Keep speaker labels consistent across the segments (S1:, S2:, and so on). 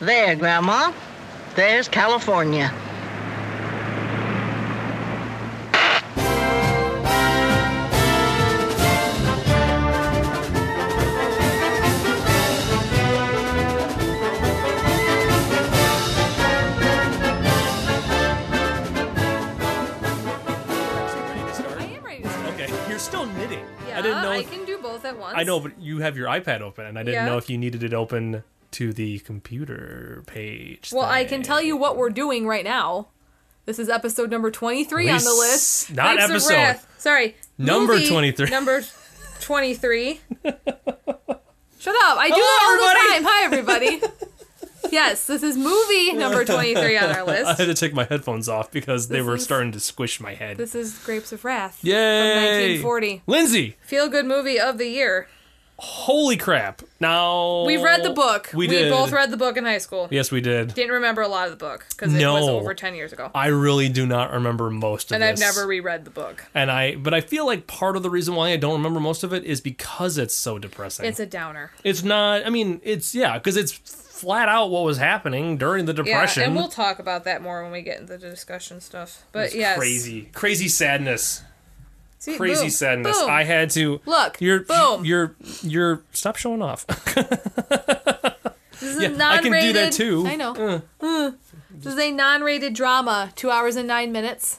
S1: There, Grandma. There's California.
S2: I am ready to start.
S3: Okay, you're still knitting.
S2: Yeah,
S3: I didn't know. if-
S2: can do both at once.
S3: I know, but you have your iPad open, and I didn't
S2: Yeah.
S3: know if you needed it open to the computer page.
S2: Well, I can tell you what we're doing right now. This is episode number 23 on the
S3: Least-
S2: list.
S3: not
S2: Grapes of
S3: episode.
S2: Wrath. Sorry.
S3: Number
S2: movie
S3: 23.
S2: Number 23. Shut up. I do
S3: Hello,
S2: that all the time. Hi, everybody. yes, this is movie number 23 on our
S3: I had
S2: list.
S3: to take my headphones off because they
S2: This
S3: were
S2: is-
S3: starting to squish my head.
S2: This is Grapes of Wrath.
S3: Yay!
S2: From 1940.
S3: Lindsay,
S2: Feel good movie of the year.
S3: holy crap! Now
S2: We read the book.
S3: Oh, We, did.
S2: both read the book in high school.
S3: Yes, we did.
S2: Didn't remember a lot of the book because it was
S3: No.
S2: over 10 years ago.
S3: I really do not remember most of
S2: and
S3: this.
S2: I've never reread the book.
S3: And I, but I feel like part of the reason why I don't remember most of it is because it's so depressing.
S2: It's a downer.
S3: It's not. I mean, it's yeah, because it's flat out what was happening during the depression.
S2: Yeah, and we'll talk about that more when we get into the discussion stuff. But
S3: It's
S2: yes,
S3: crazy, crazy sadness,
S2: See,
S3: crazy
S2: boom,
S3: sadness.
S2: boom.
S3: I had to
S2: Look,
S3: You're
S2: boom.
S3: You're you're stop showing off.
S2: this is a
S3: I can do that
S2: non-rated-
S3: too.
S2: I know. Uh. This is a non-rated drama, two hours and nine minutes.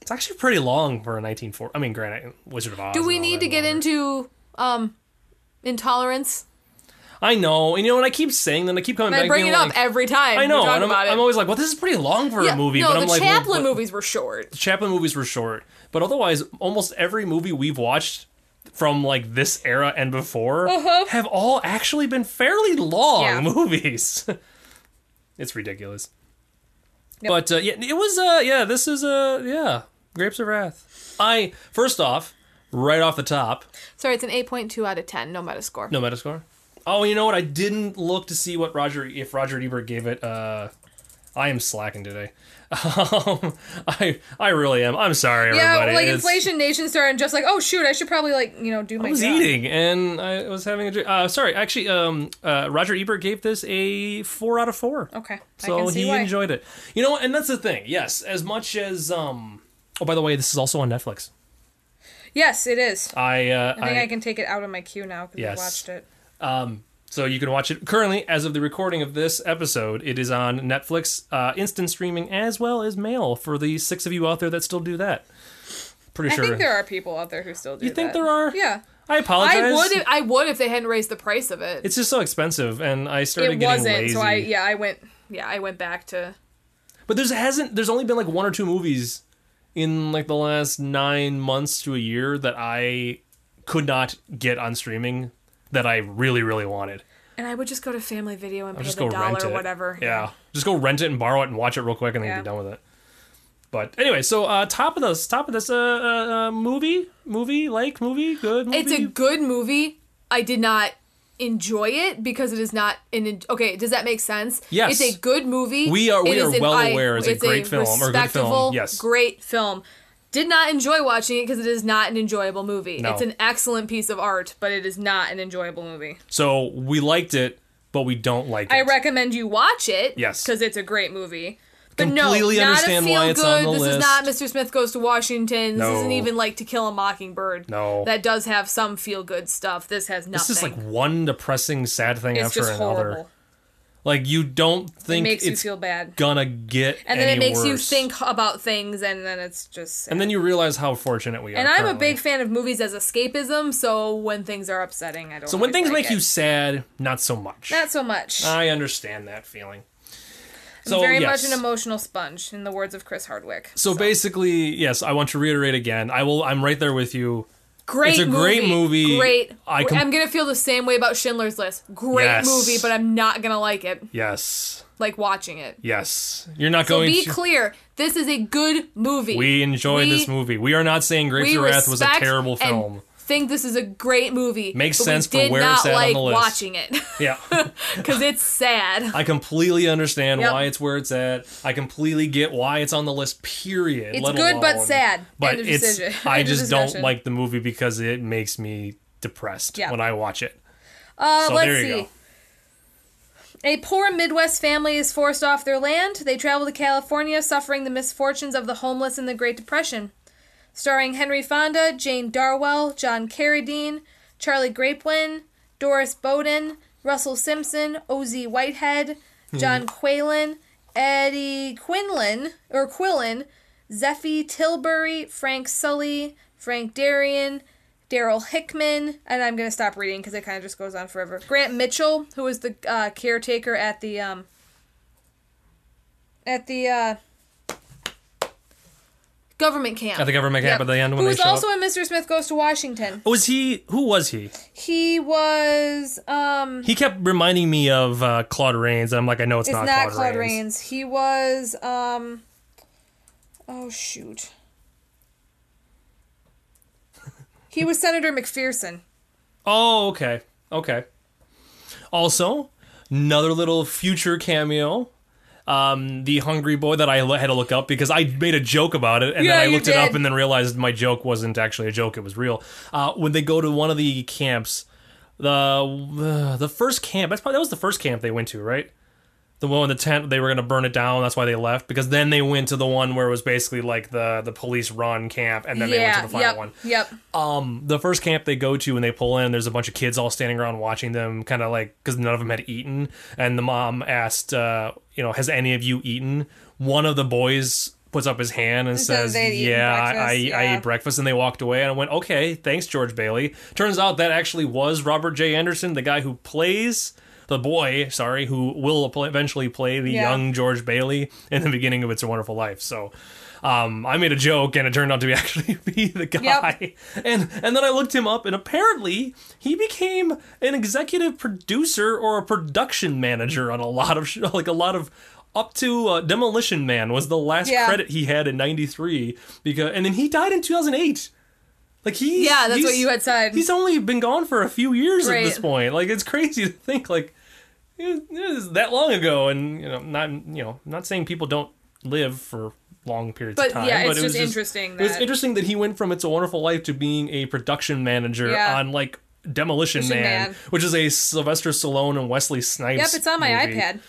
S3: it's actually pretty long for a 1940. I mean, granted, Wizard of Oz.
S2: Do we
S3: and all
S2: need
S3: that
S2: to get
S3: longer.
S2: into um intolerance?
S3: I know, and you know, and I keep saying that. and I keep coming
S2: And
S3: back.
S2: I bring
S3: being
S2: it
S3: like,
S2: up every time.
S3: I know,
S2: we talk
S3: and I'm,
S2: about it.
S3: I'm always like, well, this is pretty long for
S2: yeah,
S3: a movie.
S2: No,
S3: but I'm
S2: the
S3: like, well,
S2: Chaplin
S3: but-
S2: movies were short.
S3: Chaplin movies were short, but otherwise, almost every movie we've watched from like this era and before have all actually been fairly long
S2: Uh-huh. Yeah.
S3: movies. it's ridiculous. But uh, yeah, it was uh yeah, this is uh yeah, Grapes of Wrath. I first off, right off the top,
S2: Sorry, it's an eight point two out of ten. No Metascore.
S3: no Metascore. Oh, you know what? I didn't look to see what Roger if Roger Ebert gave it. Uh, I am slacking today. Um, I I really am. I'm sorry,
S2: Yeah,
S3: everybody.
S2: like
S3: It's-
S2: Inflation Nation star, and just like, oh shoot, I should probably like you know do my
S3: I was
S2: job.
S3: eating and I was having a drink. Uh, sorry, actually, um, uh, Roger Ebert gave this a four out of four.
S2: Okay, Oh, I
S3: So
S2: can see
S3: he
S2: why.
S3: enjoyed it. You know, and that's the thing. Yes, as much as um. Oh, by the way, this is also on Netflix.
S2: Yes, it is.
S3: I uh,
S2: I think I, can take it out of my queue now because
S3: Yes.
S2: I watched it.
S3: um. So you can watch it currently, as of the recording of this episode, it is on Netflix, uh, instant streaming as well as mail for the six of you out there that still do that. Pretty
S2: I
S3: sure.
S2: think there are people out there who still do.
S3: You think
S2: that.
S3: there are?
S2: Yeah,
S3: I apologize.
S2: I would. If, I would if they hadn't raised the price of it.
S3: it's just so expensive, and I started
S2: it
S3: getting
S2: wasn't.
S3: lazy.
S2: So I yeah I went yeah I went back to
S3: But there's hasn't there's only been like one or two movies in like the last nine months to a year that I could not get on streaming that I really really wanted.
S2: and I would just go to Family Video and pay
S3: Just
S2: the
S3: go
S2: dollar
S3: rent
S2: or
S3: it,
S2: whatever.
S3: Yeah, just go rent it and borrow it and watch it real quick and then
S2: Yeah.
S3: be done with it. But anyway, so uh, top of this top of this uh, uh, uh, movie movie like movie good movie.
S2: it's a good movie. I did not enjoy it because it is not an okay. Does that make sense?
S3: Yes.
S2: it's a good movie.
S3: We are- we
S2: It is
S3: are
S2: an-
S3: well
S2: I-
S3: aware it's a great film, or good film,
S2: respectable,
S3: yes.
S2: great film. Did not enjoy watching it because it is not an enjoyable movie.
S3: No.
S2: It's an excellent piece of art, but it is not an enjoyable movie.
S3: so we liked it, but we don't like it.
S2: I recommend you watch it.
S3: Yes.
S2: because it's a great movie. But
S3: Completely
S2: no, not
S3: understand
S2: a feel
S3: why it's
S2: good.
S3: on the
S2: this
S3: list.
S2: is not Mr. Smith Goes to Washington. This
S3: No.
S2: isn't even like To Kill a Mockingbird.
S3: No.
S2: that does have some feel good stuff. This has nothing.
S3: This is like one depressing sad thing
S2: it's
S3: after
S2: just
S3: another.
S2: horrible.
S3: Like you don't
S2: It
S3: think
S2: makes you
S3: it's
S2: feel bad,
S3: gonna get
S2: and then it
S3: any
S2: makes you
S3: worse.
S2: think about things, and then it's just. sad.
S3: And then you realize how fortunate we are.
S2: And I'm a
S3: currently.
S2: big fan of movies as escapism, so when things are upsetting, I don't.
S3: So when
S2: always
S3: things
S2: like
S3: make
S2: it.
S3: you sad, not so much.
S2: not so much.
S3: I understand that feeling. So
S2: I'm very
S3: yes.
S2: much an emotional sponge, in the words of Chris Hardwick.
S3: so, basically, yes, I want to reiterate again. I will. I'm right there with you.
S2: Great
S3: It's a
S2: movie.
S3: great movie.
S2: Great.
S3: I
S2: I
S3: com-
S2: am gonna feel the same way about Schindler's List. Great
S3: Yes.
S2: movie, but I'm not gonna like it.
S3: Yes,
S2: Like watching it.
S3: yes. You're not
S2: So
S3: going.
S2: be
S3: to...
S2: clear. This is a good movie.
S3: we enjoyed
S2: We-
S3: this movie. We are not saying Grapes
S2: We
S3: of Wrath was a
S2: respect
S3: terrible
S2: and
S3: film.
S2: Think this is a great movie.
S3: Makes
S2: but
S3: sense for
S2: we did
S3: where
S2: not
S3: it's at on
S2: like
S3: the list.
S2: Watching it
S3: Yeah.
S2: because it's sad.
S3: I completely understand
S2: Yep.
S3: why it's where it's at. I completely get why it's on the list. Period.
S2: It's
S3: let
S2: good but
S3: alone-
S2: sad.
S3: But
S2: End of
S3: it's
S2: decision.
S3: I
S2: End of
S3: just don't
S2: discussion.
S3: like the movie because it makes me depressed
S2: Yeah.
S3: when I watch it.
S2: Uh,
S3: so
S2: let's
S3: there you
S2: see.
S3: go.
S2: A poor Midwest family is forced off their land. They travel to California, suffering the misfortunes of the homeless in the Great Depression. Starring Henry Fonda, Jane Darwell, John Carradine, Charlie Grapewin, Doris Bowden, Russell Simpson, O.Z. Whitehead, John Quaylen, Eddie Quinlan, or Quillen, Zeffie Tilbury, Frank Sully, Frank Darien, Daryl Hickman, and I'm gonna stop reading because it kind of just goes on forever. Grant Mitchell, who was the uh, caretaker at the um, at the uh,
S4: Government camp.
S3: At the government camp
S2: yep,
S3: at the end
S2: who
S3: when they
S2: was
S3: show
S2: also
S3: up.
S2: in Mr. Smith Goes to Washington.
S3: Was he? Who was he?
S2: He was um,
S3: He kept reminding me of uh, Claude Rains, and I'm like, I know it's,
S2: it's
S3: not,
S2: not,
S3: Claude,
S2: Claude
S3: Rains.
S2: Rains. He was um, oh shoot, he was Senator McPherson.
S3: Oh, okay, okay. Also, another little future cameo. Um, the hungry boy that I lo- had to look up because I made a joke about it, and
S2: Yeah,
S3: then I
S2: you
S3: looked it up
S2: did.
S3: and then realized my joke wasn't actually a joke; it was real. Uh, when they go to one of the camps, the uh, the first camp that's probably that was the first camp they went to, right? The one in the tent they were gonna burn it down. That's why they left because then they went to the one where it was basically like the the police run camp, and then they went to the final
S2: yep,
S3: one
S2: Yep.
S3: um the first camp they go to when they pull in there's a bunch of kids all standing around watching them kind of like because none of them had eaten and the mom asked uh you know has any of you eaten one of the boys puts up his hand and
S2: says
S3: says
S2: they'd eaten
S3: yeah I, I,
S2: breakfast,
S3: I
S2: yeah."
S3: ate breakfast and they walked away and i went okay thanks george bailey turns out that actually was robert j anderson the guy who plays the boy sorry who will pl- eventually play the
S2: Yeah.
S3: young george bailey in the beginning of it's a wonderful life so um, I made a joke and it turned out to be actually be the guy. And and then I looked him up and apparently he became an executive producer or a production manager on a lot of sh- like a lot of up to uh, Demolition Man was the last
S2: Yeah.
S3: credit he had in 93 because and then he died in 2008. Like he
S4: Yeah, that's what
S3: he's-
S4: you
S2: had said.
S3: He's only been gone for a few years
S2: Right.
S3: at this point. Like it's crazy to think like it was- it was that long ago and you know not you know not saying people don't live for long periods
S2: But,
S3: of time
S2: yeah, it's
S3: but it was
S2: just interesting
S3: it was
S2: that-
S3: interesting that he went from it's a wonderful life to being a production manager
S2: Yeah.
S3: on like demolition
S2: Demolition
S3: man,
S2: Man.
S3: which is a sylvester stallone and wesley snipes
S2: Yep, it's on my
S3: movie.
S2: iPad.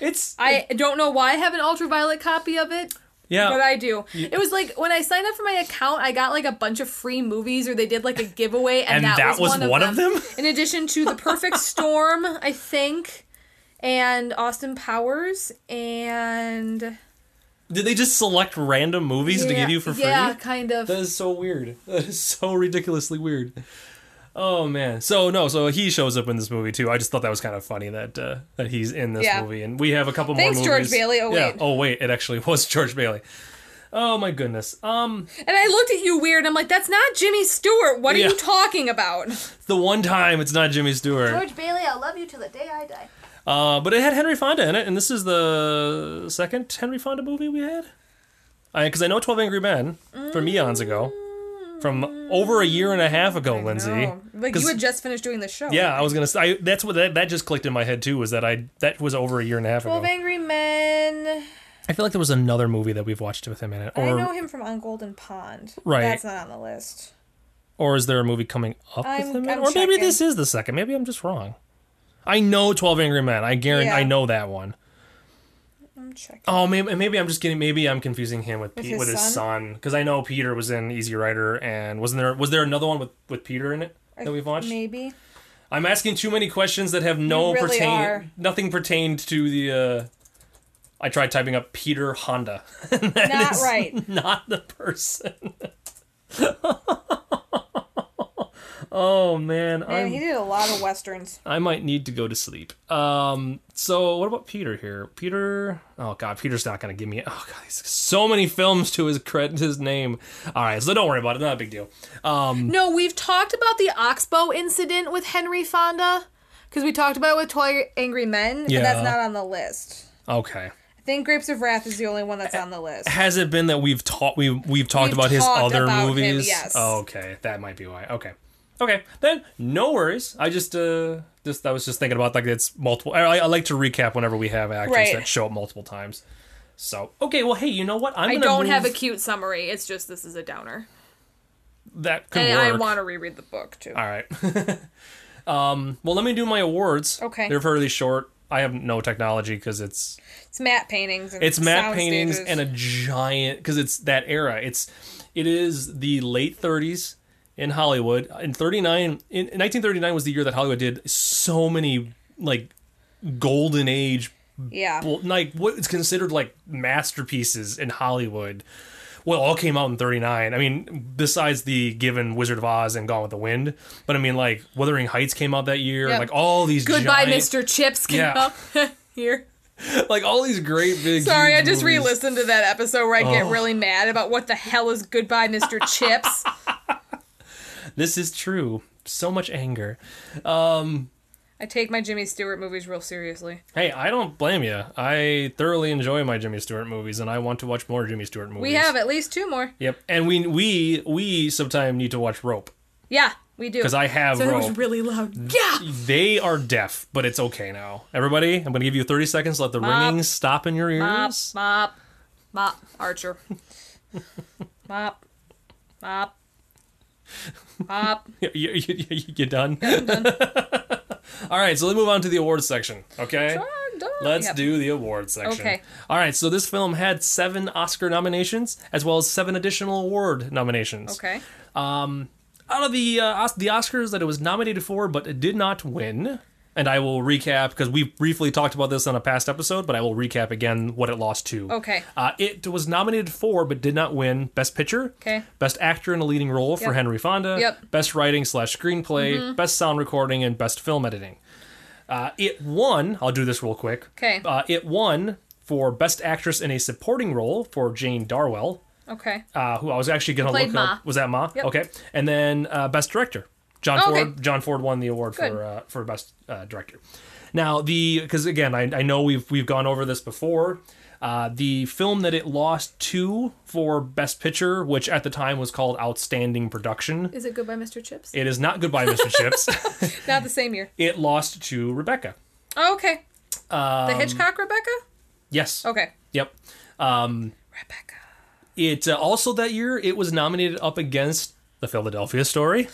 S3: it's
S2: I
S4: don't know why I have an ultraviolet copy of it.
S3: yeah
S2: but I do.
S4: It was like when I signed up for my account, I got like a bunch of free movies, or they did like a giveaway,
S3: And
S4: and,
S3: that was one of them?
S2: In addition to The Perfect Storm, I think, and Austin Powers, and
S3: did they just select random movies to give you for free
S4: Yeah, kind of.
S3: That is so weird. That is so ridiculously weird. Oh man. So no, so he shows up in this movie too. I just thought that was kind of funny that uh, that he's in this
S2: Yeah.
S3: movie, and we have a couple
S2: Thanks,
S3: more
S2: George
S3: movies.
S2: Bailey. Oh,
S3: yeah.
S2: wait.
S3: Oh wait, it actually was George Bailey. Oh my goodness. Um,
S2: and I looked at you weird. I'm like, that's not Jimmy Stewart. What are
S3: Yeah.
S2: you talking about?
S3: the one time it's not Jimmy Stewart,
S4: George Bailey, I love you till the day I die.
S3: uh, but it had Henry Fonda in it, and this is the second Henry Fonda movie we had. Because I know Twelve Angry Men from eons ago, from over a year and a half
S2: Mm,
S3: ago, Lindsay.
S2: No. like
S3: 'Cause-
S2: you had just finished doing the show.
S3: Yeah, I was gonna say I, that's what that, that just clicked in my head too. Was that I that was over a year and a half
S2: Twelve
S3: ago.
S2: Angry Men.
S3: I feel like there was another movie that we've watched with him in it,
S2: I
S3: or
S2: know him from On Golden Pond.
S3: Right.
S2: That's not on the list.
S3: or is there a movie coming up
S2: I'm-
S3: with him? in
S2: I'm
S3: it? Or maybe
S2: checking.
S3: this is the second. Maybe I'm just wrong. I know Twelve Angry Men. I guarantee
S2: Yeah.
S3: I know that one.
S2: I'm checking.
S3: Oh, maybe maybe I'm just getting maybe I'm confusing him with Pete,
S2: his
S3: with his
S2: son?
S3: son because I know Peter was in Easy Rider and wasn't there was there another one with with Peter in it that we've watched?
S2: Maybe.
S3: I'm asking too many questions that have no
S2: You really
S3: pertain
S2: are.
S3: nothing pertained to the. Uh, I tried typing up Peter Honda. That
S2: Not
S3: is
S2: right.
S3: Not the person. oh man,
S2: Man, he
S3: I'm,
S2: did a lot of westerns.
S3: I might need to go to sleep. Um, so what about Peter here? Peter, oh god, Peter's not gonna give me. Oh god, he's so many films to his credit, his name. All right, so don't worry about it. Not a big deal. Um,
S4: No, we've talked about the oxbow incident with Henry Fonda because we talked about it with Twelve Angry Men.
S2: But
S3: Yeah.
S2: that's not on the list.
S3: okay.
S2: I think Grapes of Wrath is the only one that's on the list.
S3: has it been that we've taught we we've, talked
S2: We've
S3: about his
S2: talked
S3: other
S2: about him,
S3: movies?
S2: yes.
S3: Oh, okay, that might be why. Okay, okay, then no worries. I just uh just I was just thinking about like it's multiple. I, I like to recap whenever we have actors
S2: Right.
S3: that show up multiple times. So okay, well hey, you know what? I'm
S2: I
S3: gonna
S2: don't
S3: move-
S2: have a cute summary. It's just this is a downer.
S3: that could
S2: And
S3: work.
S2: I want to reread the book too.
S3: All right. um, well, let me do my awards.
S2: Okay.
S3: They're fairly short. I have no technology because it's
S2: It's matte paintings. And
S3: it's matte
S2: sound
S3: paintings
S2: stages.
S3: and a giant because it's that era. It's it is the late 30s in Hollywood. In 39, in, in 1939 was the year that Hollywood did so many like golden age
S2: yeah.
S3: well, like what is considered like masterpieces in Hollywood. Well, all came out in '39. I mean, besides the given Wizard of Oz and Gone with the Wind, but I mean, like Wuthering Heights came out that year,
S2: Yep.
S3: and like all these
S4: Goodbye,
S3: giant-
S4: Mr. Chips. Came
S3: Yeah.
S4: up here.
S3: like all these great big.
S2: Sorry,
S3: huge
S2: I just
S3: movies. Oh.
S2: re-listened to that episode where I get really mad about what the hell is goodbye, Mr. Chips.
S3: This is true. So much anger.
S2: I take my Jimmy Stewart movies real seriously.
S3: Hey, I don't blame you. I thoroughly enjoy my Jimmy Stewart movies, and I want to watch more Jimmy Stewart movies.
S2: We have at least two more.
S3: Yep, and we we we sometime need to watch Rope
S2: Yeah, we do.
S3: because I Mm. have
S4: That
S3: Rope.
S4: was really loud. Yeah.
S3: They are deaf, but it's okay now. Everybody, I'm going to give you 30 seconds. Let the ringing stop in your
S2: Mop,
S3: ears.
S2: mop, mop, Archer. mop, mop, mop.
S3: You, you, you, you done? All right, so let's move on to the awards section, okay? Let's
S2: Yep.
S3: do the awards section.
S2: Okay.
S3: All right, so this film had seven Oscar nominations as well as seven additional award nominations.
S2: Okay.
S3: Out of the uh, Os- the Oscars that it was nominated for but did not win, and I will recap because we briefly talked about this on a past episode, but I will recap again what it lost to.
S2: Okay.
S3: Uh, it was nominated for but did not win Best Picture,
S2: Okay.
S3: Best Actor in a Leading Role for
S2: Yep.
S3: Henry Fonda,
S2: Yep. Mm-hmm.
S3: Best Writing slash Screenplay, Best Sound Recording, and Best Film Editing. Uh, it won. I'll do this real quick.
S2: 'Kay.
S3: Uh, it won for Best Actress in a Supporting Role for Jane Darwell,
S2: Okay.
S3: uh, who I was actually going to
S2: Played
S3: look
S2: Ma.
S3: up. Was that Ma?
S2: Yep.
S3: Okay. And then uh, Best Director. John
S2: Oh, okay.
S3: Ford. John Ford won the award
S2: Good.
S3: for uh, for Best uh, Director. Now the because again I, I know we've we've gone over this before. Uh, the film that it lost to for Best Picture, which at the time was called Outstanding Production,
S4: Is it goodbye, Mr. Chips?
S3: it is not Goodbye, Mr. Chips.
S2: Not the same year.
S3: It lost to Rebecca.
S2: Oh, okay.
S3: Um,
S2: the Hitchcock Rebecca?
S3: Yes.
S2: Okay.
S3: Yep.
S2: Rebecca.
S3: It uh, also that year it was nominated up against The Philadelphia Story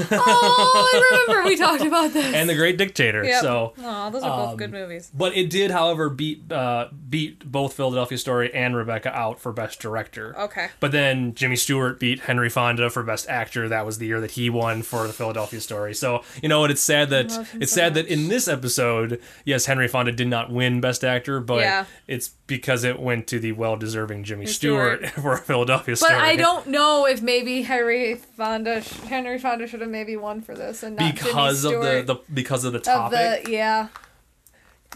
S4: Oh, I remember we talked about this.
S3: and The Great Dictator.
S2: Yep.
S3: So
S2: Aw, those are both
S3: Um,
S2: good movies.
S3: But it did, however, beat uh, beat both Philadelphia Story and Rebecca out for Best Director.
S2: Okay.
S3: But then Jimmy Stewart beat Henry Fonda for Best Actor. That was the year that he won for the Philadelphia Story. So you know what? It's sad that
S2: love him
S3: it's
S2: so
S3: sad that in this episode, yes, Henry Fonda did not win Best Actor, but
S2: Yeah.
S3: it's because it went to the well-deserving Jimmy
S2: Stewart.
S3: Stewart, for Philadelphia
S4: but
S3: Story.
S4: I don't know if maybe Henry Fonda, Henry Fonda should have maybe won for this and not
S3: because of the, the because of the
S4: of
S3: topic.
S4: the yeah.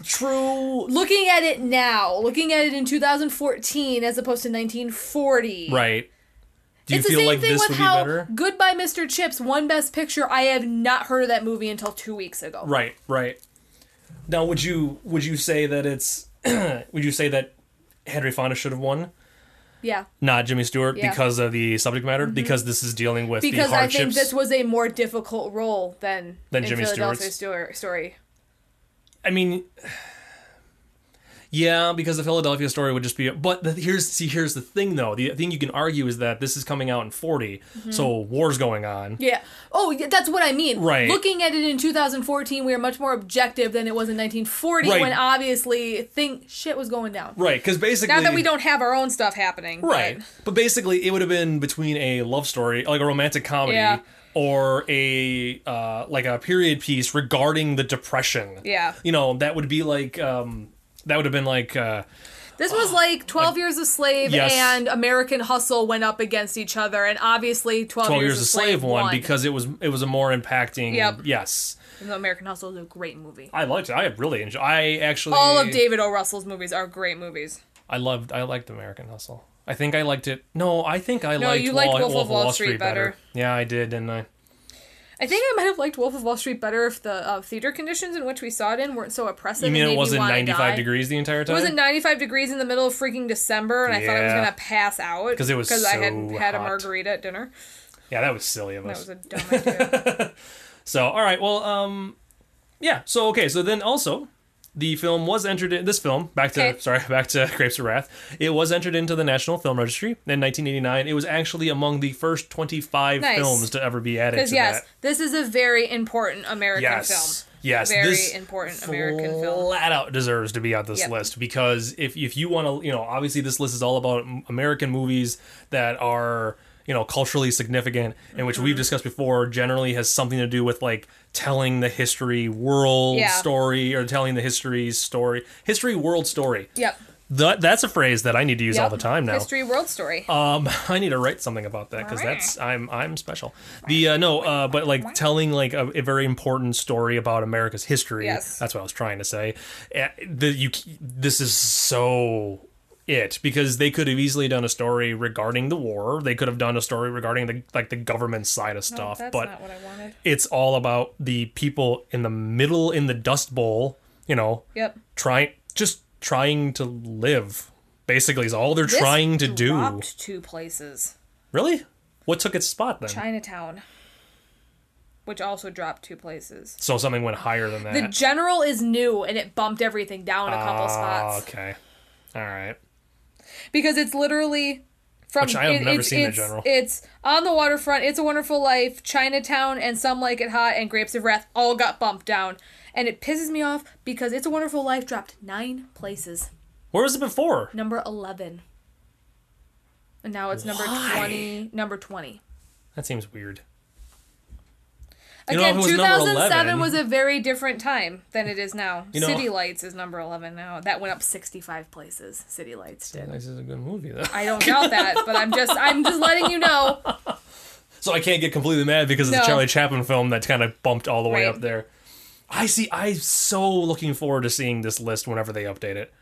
S3: True.
S4: Looking at it now, looking at it in 2014 as opposed to 1940.
S3: Right. Do you
S4: it's the
S3: feel
S4: same
S3: like
S4: thing
S3: this
S4: with
S3: would
S4: how
S3: be better?
S4: Goodbye Mr. Chips won Best Picture. I have not heard of that movie until two weeks ago.
S3: Right, right. Now, would you would you say that it's would you say that Henry Fonda should have won,
S4: Yeah.
S3: not Jimmy Stewart,
S4: Yeah. Mm-hmm.
S3: because of the subject matter? Because this is dealing with
S4: Because
S3: the
S4: I
S3: hardships.
S4: think this was a more difficult role than,
S3: Than
S4: in
S3: Jimmy
S4: Philadelphia
S3: Stewart's?
S4: Stewart story.
S3: I mean, yeah, because the Philadelphia story would just be. But the, here's see, here's the thing though. The thing you can argue is that this is coming out in 40 so war's going on.
S4: Mm-hmm. Yeah. Oh, yeah, that's what I mean.
S3: Right.
S4: Looking at it in 2014, we are much more objective than it was in 1940
S3: Right.
S4: when obviously thing shit was going down.
S3: Right, because basically
S2: Not that we don't have our own stuff happening. but-
S3: Right. But basically, it would have been between a love story, like a romantic comedy,
S2: Yeah.
S3: or a uh, like a period piece regarding the depression.
S2: Yeah.
S3: You know, that would be like um, that would have been like uh,
S4: This was like 12 Years a Slave
S3: Yes.
S4: and American Hustle went up against each other and obviously 12,
S3: Twelve
S4: Years, a Slave,
S3: one
S4: won.
S3: because it was it was a more impacting.
S2: Yep.
S3: Yes,
S4: Even though American Hustle is a great movie.
S3: I liked it. I really enjoyed. I actually
S2: All of David O. Russell's movies are great movies.
S3: I loved. I liked American Hustle. I think I liked it. No, I think I
S2: No,
S3: liked,
S2: you liked
S3: Wall,
S2: Wolf of Wall Street better.
S3: Yeah, I did, didn't I?
S4: I think I might have liked Wolf of Wall Street better if the uh, theater conditions in which we saw it in weren't so oppressive.
S3: You mean
S4: and made
S3: it
S4: me
S3: wasn't
S4: wanna
S3: ninety
S4: die.
S3: five degrees the entire time?
S2: It was at 95 degrees in the middle of freaking December, and I thought I was
S3: Yeah.
S2: going to pass out.
S3: 'Cause it was
S2: Because I
S3: so
S2: had had a
S3: hot.
S2: margarita at dinner.
S3: yeah, that was silly of us.
S2: That was a dumb idea.
S3: So, all right, well, um, yeah. So, okay, so then also, The film was entered in this film back to
S2: Okay.
S3: sorry back to Grapes of Wrath. It was entered into the National Film Registry in 1989. It was actually among the first 25
S2: Nice.
S3: films to ever be added
S2: Because
S3: to
S2: yes,
S3: that.
S2: this is a very important American
S3: Yes.
S2: film.
S3: Yes,
S2: very
S3: this
S2: important American film.
S3: flat out deserves to be on this
S2: Yep.
S3: list because if if you want to, you know, obviously this list is all about m- American movies that are you know culturally significant and which
S2: Mm-hmm.
S3: we've discussed before generally has something to do with like telling the history world
S2: Yeah.
S3: story or telling the history story history world story
S2: Yep.
S3: that that's a phrase that i need to use all
S2: Yep.
S3: the time now
S2: History world story.
S3: um, I need to write something about that because that's I'm I'm special. The uh, no, uh, but like telling like a, a very important story about America's history.
S2: Yes.
S3: that's what I was trying to say. Uh, The, you, this is so it because they could have easily done a story regarding the war. They could have done a story regarding the like the government side of stuff.
S2: That's
S3: but
S2: not what I wanted.
S3: it's all about the people in the middle in the Dust Bowl. You know,
S2: Yep.
S3: trying just trying to live. Basically, is all they're
S2: This
S3: trying to do.
S2: dropped two places.
S3: Really? What took its spot then?
S2: Chinatown, which also dropped two places.
S3: So something went higher than that.
S2: The general is new and it bumped everything down a couple
S3: Ah,
S2: spots
S3: okay. All right.
S2: because it's literally from
S3: Which I have
S2: it-
S3: never
S2: it's-
S3: seen The
S2: it's-
S3: General.
S2: It's on the waterfront. It's a Wonderful Life, Chinatown, and Some Like It Hot and Grapes of Wrath all got bumped down, and it pisses me off because It's a Wonderful Life dropped nine places,
S3: Where was it before?
S2: number eleven, and now it's number twenty. Number twenty.
S3: That seems weird. You know,
S2: Again,
S3: if it was number 11
S2: 2007 was a very different time than it is now.
S3: You know-
S2: City Lights is number 11 now. That went up 65 places. City Lights did.
S3: This is a good movie though.
S2: I don't doubt that, but I'm just I'm just letting you know.
S3: So I can't get completely mad because it's a
S2: No.
S3: Charlie Chaplin film that's kind of bumped all the way
S2: Right.
S3: up there. I see. I'm so looking forward to seeing this list whenever they update it.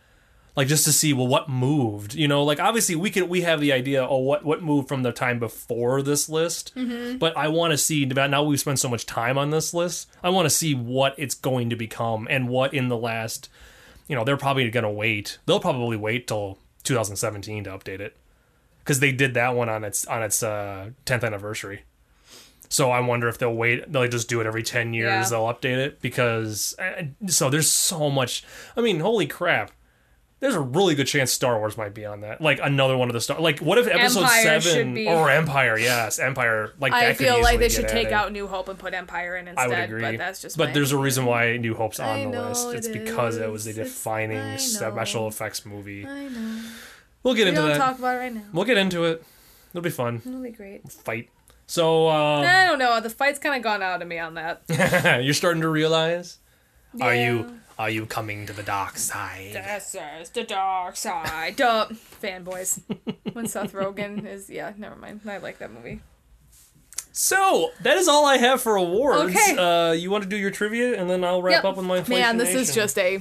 S3: Like just to see well what moved, you know. Like obviously we could we have the idea oh what what moved from the time before this list,
S2: Mm-hmm.
S3: but I want to see now we've spent so much time on this list. I want to see what it's going to become and what in the last, you know, they're probably going to wait. They'll probably wait till 2017 to update it because they did that one on its on its uh, 10th anniversary. So I wonder if they'll wait. They'll just do it every ten years.
S2: Yeah.
S3: They'll update it because uh, so there's so much. I mean, holy crap! There's a really good chance Star Wars might be on that. Like another one of the Star. Like what if Episode
S2: Empire should
S3: Seven
S2: be.
S3: or Empire? Yes, Empire. Like
S2: I
S3: that could
S2: feel like
S3: easily
S2: they
S3: get
S2: should take
S3: added.
S2: out New Hope and put Empire in instead,
S3: I would agree.
S2: but that's just my-
S3: But there's a reason why New Hope's on
S2: I
S3: the
S2: know
S3: list.
S2: it
S3: It's because it was a
S2: is. It's- I
S3: defining
S2: know.
S3: special effects movie.
S2: I know.
S3: We'll get
S2: We
S3: into
S2: don't
S3: that.
S2: talk about it right now.
S3: We'll get into it. It'll be fun.
S2: It'll be great.
S3: Fight. So uh,
S2: I don't know. The fight's kind of gone out of me on that.
S3: you're starting to realize. Are
S2: Yeah.
S3: you are you coming to the dark side?
S2: This is the dark side. Duh. Fanboys. When Seth Rogen is yeah, never mind. I like that movie.
S3: So that is all I have for awards.
S2: Okay.
S3: Uh, you want to do your trivia and then I'll wrap
S2: Yep.
S3: up with my inflation
S4: Man, this is
S3: nation.
S4: just a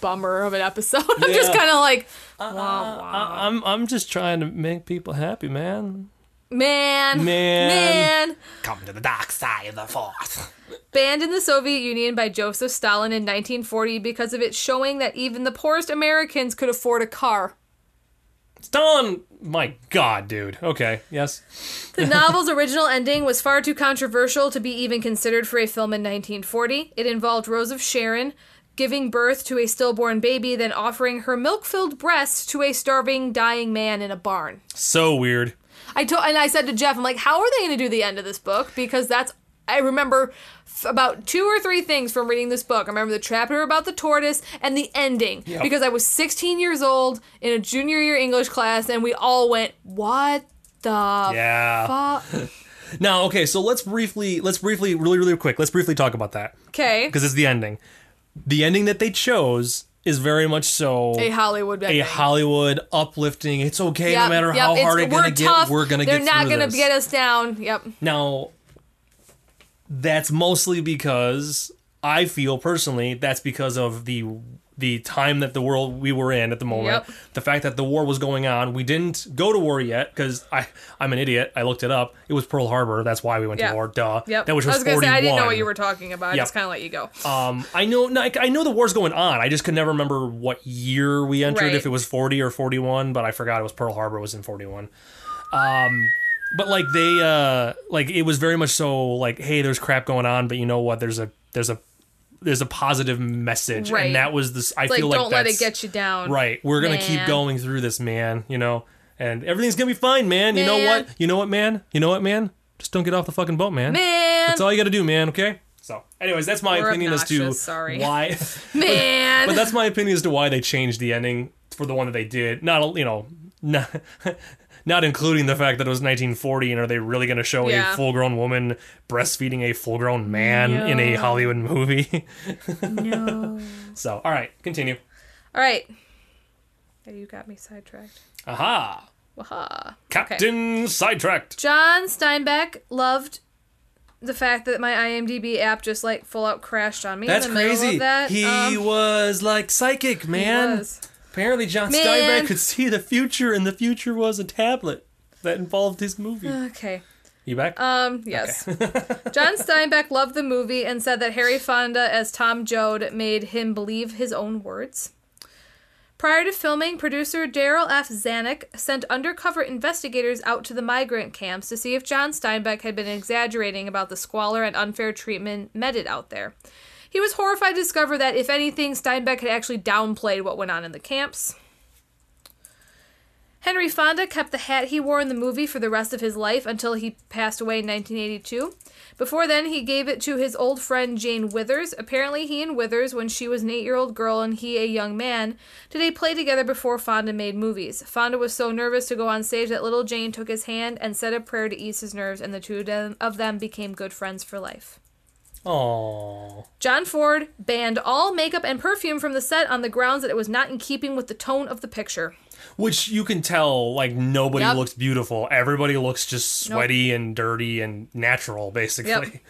S4: bummer of an episode. I'm just
S3: Yeah.
S4: kind of like,
S3: I- I'm I'm just trying to make people happy, man.
S2: Man.
S3: Man.
S2: Man.
S3: Come to the dark side of the force.
S2: Banned in the Soviet Union by Joseph Stalin in 1940 because of its showing that even the poorest Americans could afford a car.
S3: Stalin, my God, dude. Okay, yes.
S2: The novel's original ending was far too controversial to be even considered for a film in 1940. It involved Rose of Sharon giving birth to a stillborn baby, then offering her milk filled breasts to a starving, dying man in a barn.
S3: So weird.
S4: I told, and I said to Jeff, I'm like, how are they going to do the end of this book? Because that's, I remember f- about two or three things from reading this book. I remember the chapter about the tortoise and the ending because I was 16 years old in a junior year English class, and we all went, what the
S3: Yeah.
S4: fuck?
S3: Now, okay, so let's briefly, let's briefly, really, really quick, let's briefly talk about that
S4: Okay.
S3: because it's the ending. The ending that they chose is very much so
S4: A Hollywood
S3: a
S4: ending.
S3: Hollywood uplifting. It's okay
S4: Yep,
S3: no matter
S4: yep,
S3: how
S4: it's-
S3: hard it's
S4: we're
S3: gonna
S4: tough.
S3: get. We're gonna
S4: They're
S3: get
S4: not
S3: through
S4: gonna
S3: this.
S4: get us down. Yep.
S3: Now, that's mostly because I feel personally that's because of the the time that the world we were in at the moment,
S2: Yep.
S3: the fact that the war was going on. We didn't go to war yet because I I'm an idiot. I looked it up. It was Pearl Harbor. That's why we went
S2: Yeah.
S3: to war. Duh.
S2: Yep.
S3: That which was,
S2: I was gonna
S3: 41.
S2: say I didn't know what you were talking
S3: Yep.
S2: about. I just kind of let you go.
S3: Um, I know, no, I, I know the war's going on. I just could never remember what year we entered,
S2: Right.
S3: if it was forty or forty-one. But I forgot it was Pearl Harbor was in forty-one. Um, but like they, uh, like it was very much so like, hey, there's crap going on, but you know what? There's a there's a there's a positive message,
S2: Right.
S3: and that was this. I
S2: Like,
S3: feel like
S2: don't let it
S3: that's-
S2: get you down.
S3: Right. We're gonna keep
S2: Man.
S3: going through this, man. You know, and everything's gonna be fine, man. You know
S2: Man.
S3: what? You know what, man? You know what, man? Just don't get off the fucking boat, man.
S2: Man.
S3: That's all you gotta do, man. Okay. So, anyways, that's my
S2: We're
S3: opinion as to
S2: obnoxious, sorry.
S3: why.
S2: Man.
S3: but that's my opinion as to why they changed the ending for the one that they did. Not you know, not. Not including the fact that it was 1940, and are they really going to show
S2: Yeah.
S3: a full-grown woman breastfeeding a full-grown man in a Hollywood movie?
S2: no.
S3: so, all right, continue.
S2: All right. Oh, you got me sidetracked.
S3: Aha!
S2: Waha.
S3: Captain Sidetracked.
S2: John Steinbeck loved the fact that my IMDb app just like full out crashed on me.
S3: That's
S2: in the middle
S3: crazy.
S2: Of that.
S3: he
S2: Um,
S3: was like psychic, man.
S2: was.
S3: Apparently, John
S2: Man.
S3: Steinbeck could see the future, and the future was a tablet that involved his movie.
S2: okay.
S3: you back?
S2: Um. Yes. John Steinbeck loved the movie and said that Harry Fonda as Tom Joad made him believe his own words. Prior to filming, producer Daryl F. Zanuck sent undercover investigators out to the migrant camps to see if John Steinbeck had been exaggerating about the squalor and unfair treatment meted out there. He was horrified to discover that, if anything, Steinbeck had actually downplayed what went on in the camps. Henry Fonda kept the hat he wore in the movie for the rest of his life until he passed away in 1982. Before then, he gave it to his old friend Jane Withers. Apparently, he and Withers, when she was an eight year old girl and he a young man, did a play together before Fonda made movies. Fonda was so nervous to go on stage that little Jane took his hand and said a prayer to ease his nerves, and the two of them- of them became good friends for life.
S3: Aww.
S2: John Ford banned all makeup and perfume from the set on the grounds that it was not in keeping with the tone of the picture.
S3: Which you can tell, like nobody
S2: Yep.
S3: looks beautiful. Everybody looks just sweaty and dirty and natural, basically.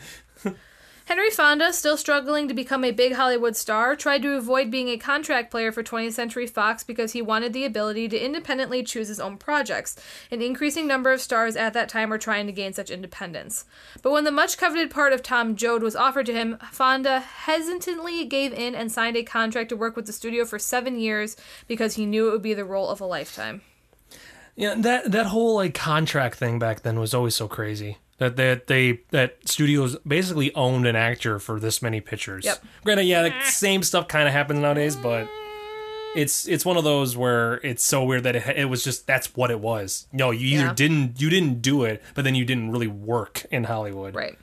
S2: Henry Fonda, still struggling to become a big Hollywood star, tried to avoid being a contract player for 20th Century Fox because he wanted the ability to independently choose his own projects. An increasing number of stars at that time were trying to gain such independence. But when the much coveted part of Tom Joad was offered to him, Fonda hesitantly gave in and signed a contract to work with the studio for seven years because he knew it would be the role of a lifetime.
S3: Yeah, that that whole like contract thing back then was always so crazy. That that they that studios basically owned an actor for this many pictures.
S2: Yep.
S3: Granted, yeah, the same stuff kind of happens nowadays, but it's it's one of those where it's so weird that it, ha- it was just that's what it was. No, you either
S2: Yeah.
S3: didn't you didn't do it, but then you didn't really work in Hollywood.
S2: Right.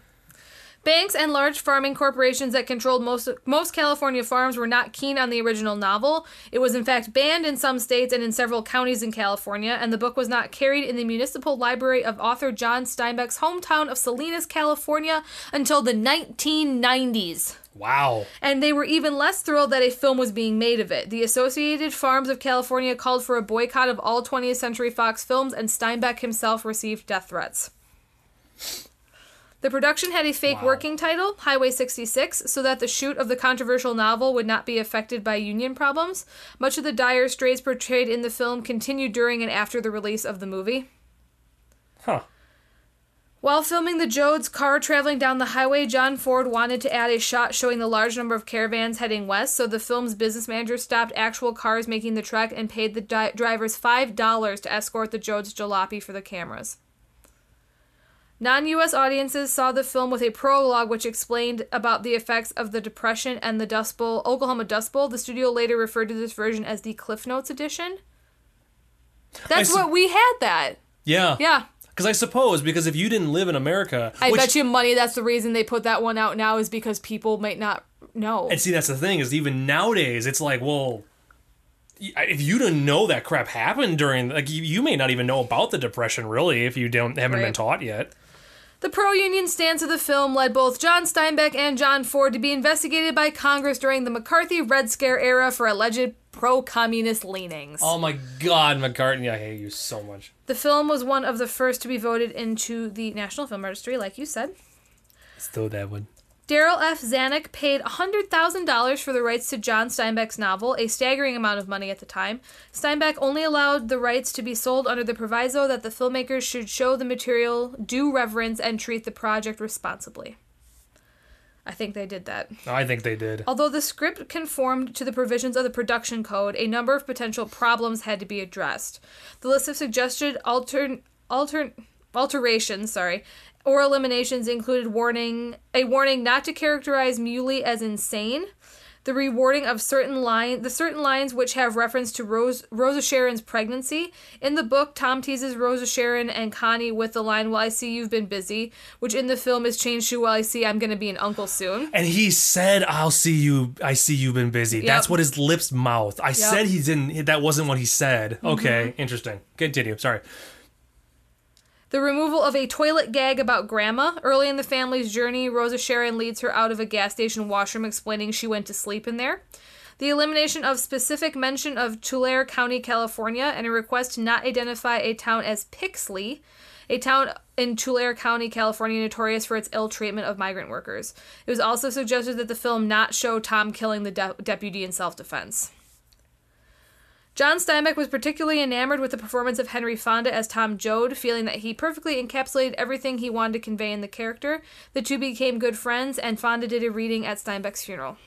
S2: Banks and large farming corporations that controlled most most California farms were not keen on the original novel. It was in fact banned in some states and in several counties in California, and the book was not carried in the municipal library of author John Steinbeck's hometown of Salinas, California until the 1990s.
S3: Wow.
S2: And they were even less thrilled that a film was being made of it. The Associated Farms of California called for a boycott of all 20th Century Fox films, and Steinbeck himself received death threats. The production had a fake
S3: Wow.
S2: working title, Highway 66, so that the shoot of the controversial novel would not be affected by union problems. Much of the dire straits portrayed in the film continued during and after the release of the movie.
S3: Huh.
S2: While filming the Jodes car traveling down the highway, John Ford wanted to add a shot showing the large number of caravans heading west, so the film's business manager stopped actual cars making the trek and paid the di- drivers $5 to escort the Jodes jalopy for the cameras. Non US audiences saw the film with a prologue which explained about the effects of the Depression and the Dust Bowl, Oklahoma Dust Bowl. The studio later referred to this version as the Cliff Notes edition. That's
S3: s-
S2: what we had that.
S3: Yeah.
S2: Yeah.
S3: Because I suppose because if you didn't live in America,
S2: I
S3: which-
S2: bet you money that's the reason they put that one out now is because people might not know.
S3: And see, that's the thing is even nowadays, it's like, well, y- if you didn't know that crap happened during, like, you, you may not even know about the depression really if you don't haven't been
S2: Right.
S3: taught yet.
S2: The pro union stance of the film led both John Steinbeck and John Ford to be investigated by Congress during the McCarthy Red Scare era for alleged pro communist leanings.
S3: Oh my God, McCartney, I hate you so much.
S2: The film was one of the first to be voted into the National Film Registry, like you said.
S3: Still that one.
S2: Daryl F. Zanuck paid $100,000 for the rights to John Steinbeck's novel, a staggering amount of money at the time. Steinbeck only allowed the rights to be sold under the proviso that the filmmakers should show the material due reverence and treat the project responsibly. I think they did that.
S3: I think they did.
S2: Although the script conformed to the provisions of the production code, a number of potential problems had to be addressed. The list of suggested altern altern alterations, sorry, or eliminations included warning a warning not to characterize Muley as insane, the rewarding of certain line the certain lines which have reference to Rose Rosa Sharon's pregnancy. In the book, Tom teases Rosa Sharon and Connie with the line, "Well, I see you've been busy," which in the film is changed to, "Well, I see I'm going to be an uncle soon."
S3: And he said, "I'll see you. I see you've been busy." That's what his lips mouth. I said he didn't. That wasn't what he said.
S2: Mm-hmm.
S3: Okay, interesting. Continue. Sorry.
S2: The removal of a toilet gag about grandma. Early in the family's journey, Rosa Sharon leads her out of a gas station washroom explaining she went to sleep in there. The elimination of specific mention of Tulare County, California, and a request to not identify a town as Pixley, a town in Tulare County, California, notorious for its ill treatment of migrant workers. It was also suggested that the film not show Tom killing the de- deputy in self defense. John Steinbeck was particularly enamored with the performance of Henry Fonda as Tom Joad, feeling that he perfectly encapsulated everything he wanted to convey in the character. The two became good friends, and Fonda did a reading at Steinbeck's funeral.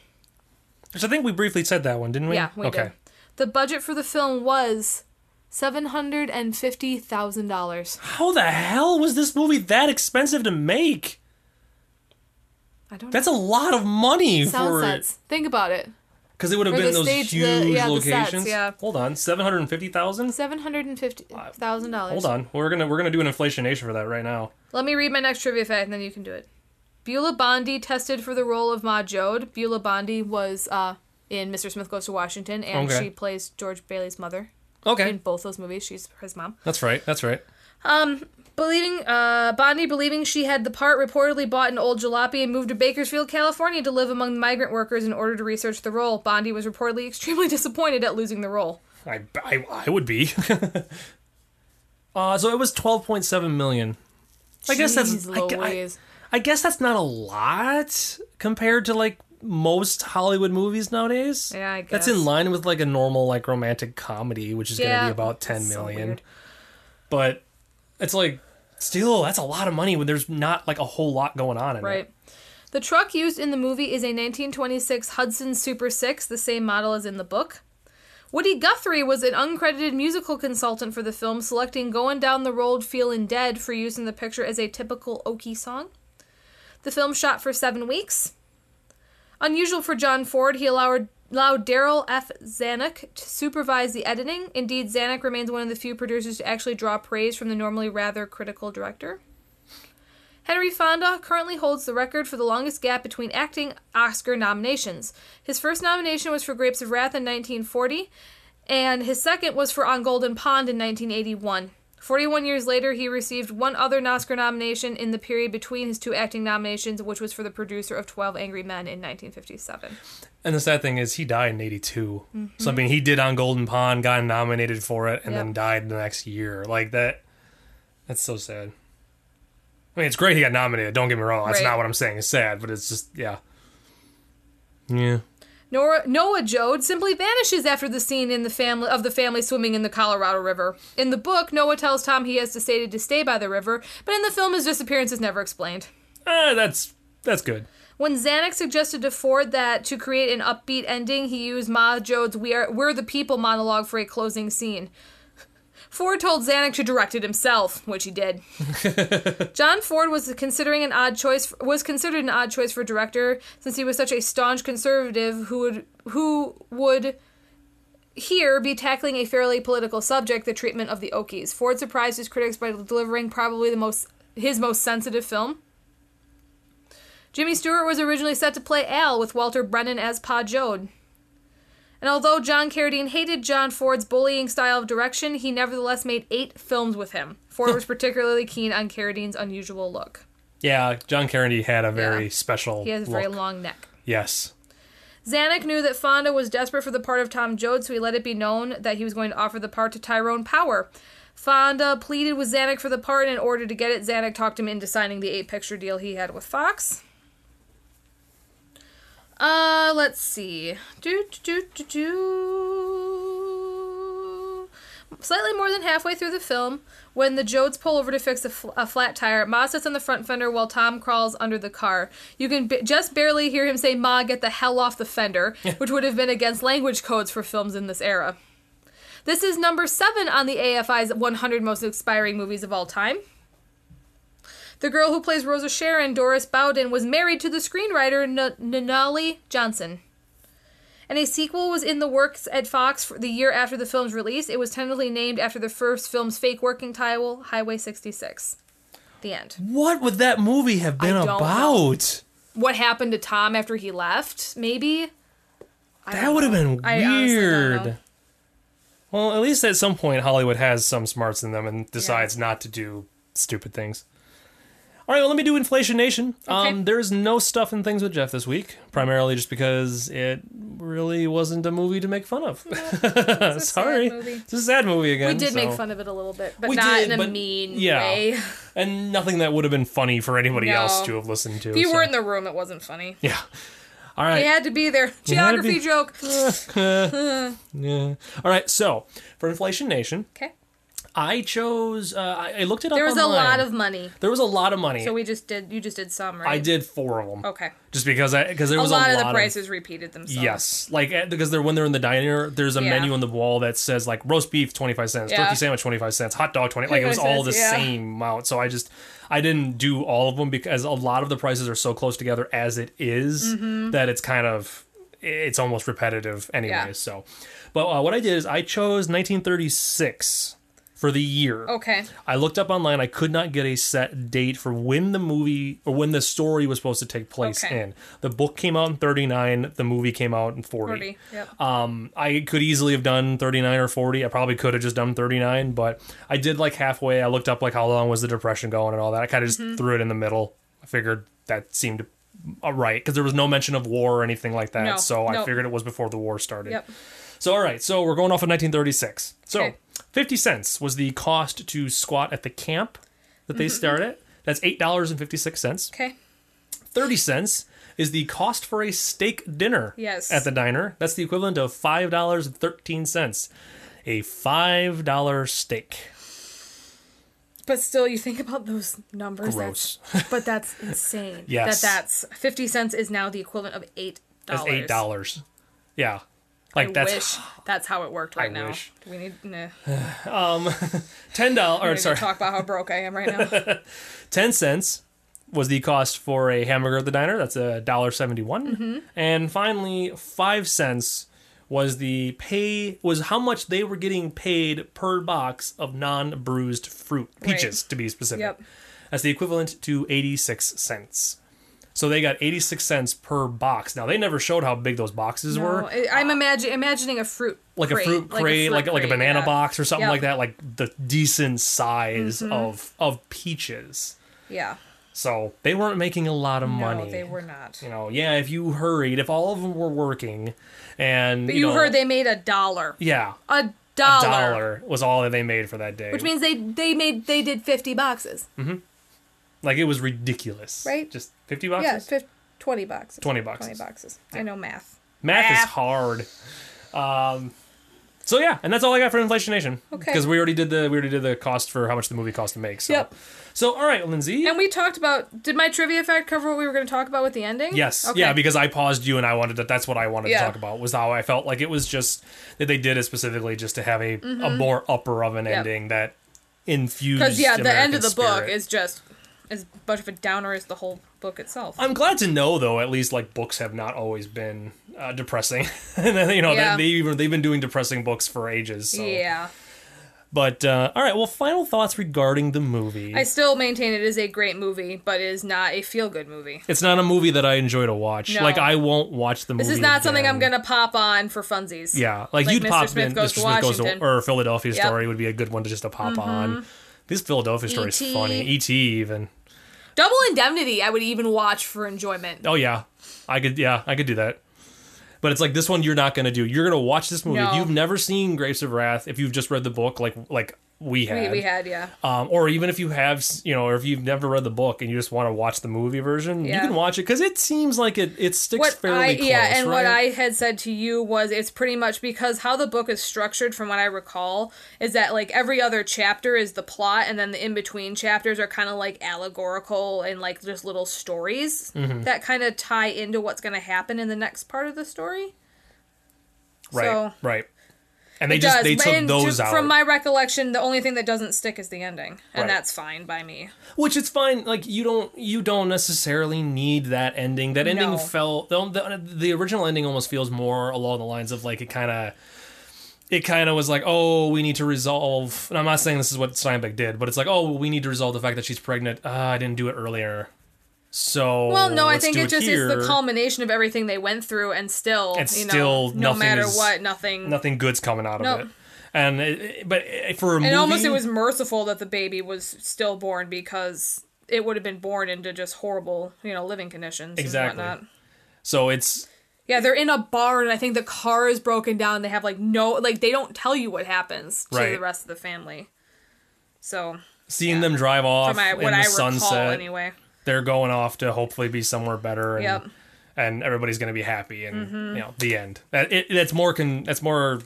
S3: So I think we briefly said that one, didn't we?
S2: Yeah, we
S3: okay.
S2: did. The budget for the film was seven hundred and fifty thousand dollars.
S3: How the hell was this movie that expensive to make?
S2: I don't
S3: That's a lot of money
S2: know. Sound
S3: for
S4: sets.
S2: Think about it.
S3: because it would have
S2: Or
S3: been
S2: the
S3: those
S2: stage- the-
S3: huge
S2: yeah, the sets,
S3: locations.
S2: yeah.
S3: Hold on, seven hundred and fifty thousand.
S2: Seven hundred and fifty thousand dollars.
S3: Hold on, we're gonna we're gonna do an inflationation for that right now.
S2: Let me read my next trivia fact, and then you can do it. Beulah Bondi tested for the role of Ma Joad. Beulah Bondi was uh, in Mr. Smith Goes to Washington, and
S3: Okay.
S2: she plays George Bailey's mother in
S3: Okay,
S2: both those movies. She's his mom.
S3: that's right. That's right.
S2: Believing uh, Bondi, believing she had the part, reportedly bought an old jalopy and moved to Bakersfield, California, to live among migrant workers in order to research the role. Bondi was reportedly extremely disappointed at losing the role.
S3: I I, I would be. uh, so it was twelve point seven million. I guess that's
S2: Jeez
S3: I, gu- I-
S2: Louise.
S3: I guess that's not a lot compared to like most Hollywood movies nowadays.
S2: Yeah, I
S3: That's
S2: guess.
S3: in line with like a normal like romantic comedy, which is gonna
S2: Yeah.
S3: be about ten
S2: So
S3: million.
S2: weird.
S3: but it's like still that's a lot of money when there's not like a whole lot going on in it.
S2: Right. The truck used in the movie is a 1926 Hudson Super 6, the same model as in the book. Woody Guthrie was an uncredited musical consultant for the film, selecting Going Down the Road Feelin' Dead for use in the picture as a typical Okie song. The film shot for seven weeks. Unusual for John Ford, he allowed, allowed Daryl F. Zanuck to supervise the editing. Indeed, Zanuck remains one of the few producers to actually draw praise from the normally rather critical director. Henry Fonda currently holds the record for the longest gap between acting Oscar nominations. His first nomination was for Grapes of Wrath in 1940, and his second was for On Golden Pond in 1981. 41 years later, he received one other Oscar nomination in the period between his two acting nominations, which was for the producer of 12 Angry Men in 1957.
S3: And the sad thing is he died in eighty So I mean he did on Golden Pond, got nominated for it, and then
S2: Mm-hmm. Yep.
S3: died the next year. Like that that's so sad. I mean it's great he got nominated, don't get me wrong. That's
S2: Right.
S3: not what I'm saying is sad, but it's just yeah. Yeah.
S2: Nora, Noah Joad simply vanishes after the scene in the family of the family swimming in the Colorado River. In the book, Noah tells Tom he has decided to stay by the river, but in the film, his disappearance is never explained.
S3: Uh, that's that's good.
S2: When Zanuck suggested to Ford that to create an upbeat ending, he used Ma Joad's "We Are We're the People" monologue for a closing scene. Ford told Zanuck to direct it himself, which he did. John Ford was considering an odd choice was considered an odd choice for director since he was such a staunch conservative who would who would here be tackling a fairly political subject, the treatment of the Okies. Ford surprised his critics by delivering probably the most his most sensitive film. Jimmy Stewart was originally set to play Al with Walter Brennan as Pa Jode. And although John Carradine hated John Ford's bullying style of direction, he nevertheless made eight films with him. Ford was particularly keen on Carradine's unusual look.
S3: Yeah, John Carradine had a very
S2: Yeah.
S3: special
S2: He has a very
S3: look.
S2: long neck.
S3: Yes.
S2: Zanuck knew that Fonda was desperate for the part of Tom Joad, so he let it be known that he was going to offer the part to Tyrone Power. Fonda pleaded with Zanuck for the part, and in order to get it, Zanuck talked him into signing the eight picture deal he had with Fox. Uh, let's see. Do, do, do, do, do. Slightly more than halfway through the film, when the Jodes pull over to fix a, fl- a flat tire, Ma sits on the front fender while Tom crawls under the car. You can b- just barely hear him say, Ma, get the hell off the fender, which would have been against language codes for films in this era. This is number seven on the AFI's 100 most inspiring movies of all time. The girl who plays Rosa Sharon, Doris Bowden, was married to the screenwriter N- Nanali Johnson. And a sequel was in the works at Fox for the year after the film's release. It was tentatively named after the first film's fake working title, Highway 66. The end.
S3: What would that movie have been
S2: I don't
S3: about?
S2: What happened to Tom after he left? Maybe?
S3: That would have been
S2: I honestly don't know.
S3: weird. Well, at least at some point Hollywood has some smarts in them and decides not to do stupid things. All right, well, let me do Inflation Nation.
S2: Okay.
S3: Um, there's no stuff and things with Jeff this week, primarily just because it really wasn't a movie to make fun of. Sorry,
S2: movie.
S3: it's a sad movie again.
S2: We did make
S3: so-
S2: fun of it a little bit, but
S3: We
S2: not
S3: did,
S2: in a
S3: but-
S2: mean
S3: yeah.
S2: way. If
S3: and nothing that would have been funny for anybody
S2: No.
S3: else to have listened to.
S2: you
S3: so-
S2: were in the room, it wasn't funny.
S3: yeah. All
S2: It
S3: uh, right.
S2: had to be there.
S3: had to
S2: Geography
S3: be-
S2: joke.
S3: Yeah. All right. So for Inflation Nation,
S2: Okay.
S3: I chose. Uh, I I looked it up.
S2: There was a
S3: online.
S2: lot of money.
S3: There was a lot of money.
S2: So we just did. You just did some, right?
S3: I did four of them.
S2: Okay.
S3: Just because I because there
S2: A
S3: was
S2: lot of the prices repeated themselves.
S3: Yes, like eh, because they're when they're in the diner, there's a
S2: Yeah.
S3: menu on the wall that says like roast beef twenty five cents,
S2: Yeah.
S3: turkey sandwich twenty five cents, hot dog twenty. Like it was
S2: 25
S3: all the
S2: cents, yeah.
S3: same amount. So I just I didn't do all of them because a lot of the prices are so close together as it is that it's kind of it's almost repetitive anyway.
S2: Mm-hmm. Yeah.
S3: So, but uh, what I did is I chose nineteen thirty six for the year.
S2: Okay.
S3: I looked up online. I could not get a set date for when the movie or when the story was supposed to take place
S2: Okay.
S3: in. The book came out in 39. The movie came out in 40.
S2: Forty. Yep.
S3: Um, I could easily have done 39 or 40. I probably could have just done 39, but I did like halfway. I looked up like how long was the depression going and all that. I kind of just
S2: Mm-hmm.
S3: threw it in the middle. I figured that seemed uh, right because there was no mention of war or anything like that.
S2: No,
S3: so I
S2: no.
S3: figured it was before the war started.
S2: Yep.
S3: So, all right, so we're going off of 1936. So,
S2: Okay.
S3: 50 cents was the cost to squat at the camp that
S2: Mm-hmm,
S3: they start at. That's $8.56.
S2: Okay.
S3: 30 cents is the cost for a steak dinner
S2: Yes.
S3: at the diner. That's the equivalent of $5.13. A $5 steak.
S2: But still, you think about those numbers. that's- but that's insane.
S3: Yes.
S2: That that's fifty cents is now the equivalent of eight
S3: That's
S2: dollars.
S3: $8. Yeah. Like
S2: I
S3: that's
S2: wish that's how it worked right
S3: I
S2: now.
S3: wish.
S2: We need. Nah.
S3: ten
S2: Or
S3: dollars. Sorry,
S2: sorry. Talk about how broke I am right now.
S3: ten cents was the cost for a hamburger at the diner. That's a dollar seventy
S2: Mm-hmm.
S3: And finally, five cents was the pay was how much they were getting paid per box of non bruised fruit peaches to be specific.
S2: Yep.
S3: That's the equivalent to eighty six cents. So they got eighty six cents per box. Now they never showed how big those boxes
S2: No,
S3: were
S2: I- I'm imagine imagining a fruit.
S3: like a
S2: crate,
S3: fruit crate, like a, like, a
S2: crate,
S3: banana
S2: yeah.
S3: box or something
S2: Yep. Mm-hmm.
S3: like that, like the decent size of of peaches.
S2: Yeah.
S3: So they weren't making a lot of money.
S2: No, they were not.
S3: You know, yeah, if you hurried, if all of them were working, and
S2: But
S3: you,
S2: you
S3: know,
S2: heard they made a dollar.
S3: yeah,
S2: A
S3: a
S2: dollar.
S3: dollar was all that they made for that day,
S2: Which means they they made they did fifty boxes.
S3: like it was ridiculous,
S2: Right?
S3: Just fifty
S2: Yeah,
S3: boxes.
S2: 50, twenty boxes.
S3: 20 boxes.
S2: Twenty boxes. I know math.
S3: Math is
S2: Math.
S3: hard. Um, so yeah, and that's all I got for Inflation Nation.
S2: Okay.
S3: Because we already did the we already did the cost for how much the movie cost to make. So.
S2: Yep.
S3: So all right, Lindsay.
S2: And we talked about. Did my trivia fact cover what we were going to talk about with the ending?
S3: Yes.
S2: Okay.
S3: Yeah, because I paused you and I wanted to that's what I wanted
S2: Yeah.
S3: to talk about was how I felt like it was just that they did it specifically just to have a, a more upper of an
S2: Mm-hmm. Yep.
S3: ending that infused
S2: because yeah, the end
S3: American
S2: of the book
S3: spirit.
S2: is just as much of a downer as the whole book itself.
S3: I'm glad to know though at least like books have not always been uh, depressing. and then, you know,
S2: Yeah.
S3: that they even they've been doing depressing books for ages. So.
S2: Yeah,
S3: But uh, all right, well final thoughts regarding the movie.
S2: I still maintain it is a great movie, but it is not a feel good movie.
S3: it's not a movie that I enjoy to watch.
S2: No.
S3: Like I won't watch the movie.
S2: This is not something I'm
S3: again.
S2: gonna pop on for funsies.
S3: Yeah, like,
S2: Like
S3: you'd
S2: Mr.
S3: pop
S2: Smith
S3: in.
S2: Goes
S3: Mr.
S2: to
S3: Smith goes to
S2: Washington.
S3: or Philadelphia
S2: Yep. Mm-hmm.
S3: Story would be a good one to just to pop on. This Philadelphia story is
S2: E.T..
S3: funny. ET even.
S4: Double Indemnity, I would even watch for enjoyment.
S3: Oh yeah, I could. Yeah, I could do that. But it's like this one you're not gonna do. You're gonna watch this movie. If
S2: No.
S3: you've never seen Grapes of Wrath, if you've just read the book, like like we had,
S2: We, we had yeah.
S3: um, or even if you have, s- you know, or if you've never read the book and you just want to watch the movie version, you
S2: Yeah.
S3: can watch it because it seems like it it sticks
S2: What
S3: fairly
S2: I
S3: close.
S2: yeah, and
S3: right?
S2: what I had said to you was it's pretty much because how the book is structured, from what I recall, is that like every other chapter is the plot, and then the in between chapters are kind of like allegorical and like just little stories
S3: Mm-hmm.
S2: that kind of tie into what's going to happen in the next part of the story.
S3: right
S2: so-
S3: right. And they just
S2: does,
S3: they
S2: but
S3: took
S2: in-
S3: those
S2: to-
S3: out.
S2: From my recollection, the only thing that doesn't stick is the ending, and
S3: Right.
S2: that's fine by me.
S3: which it's fine like you don't you don't necessarily need that ending that ending
S2: No.
S3: felt the, the, the original ending almost feels more along the lines of like it kind of it kind of was like oh we need to resolve and i'm not saying this is what steinbeck did but it's like oh we need to resolve the fact that she's pregnant uh, i didn't do it earlier so
S2: Well, no, I
S3: Oh, let's
S2: think
S3: do
S2: it just is
S3: here.
S2: the culmination of everything they went through, and still,
S3: And
S2: you
S3: still
S2: know, no
S3: nothing
S2: matter
S3: is-
S2: what, nothing.
S3: nothing good's coming out of
S2: Nope.
S3: it and it, it- but it- for a movie
S2: and almost it was merciful that the baby was stillborn because it would have been born into just horrible, you know, living conditions.
S3: Exactly.
S2: And whatnot.
S3: so it's
S4: Yeah, they're in a barn, and I think the car is broken down. They have like no, like they don't tell you what happens to
S3: Right.
S4: the
S2: The rest of the family. So,
S3: seeing them drive off
S2: from my,
S3: in
S2: what
S3: the
S2: I recall,
S3: sunset
S2: anyway.
S3: they're going off to hopefully be somewhere better and,
S2: Yep. Mm-hmm.
S3: and everybody's going to be happy and you know the end that it, that's more can that's more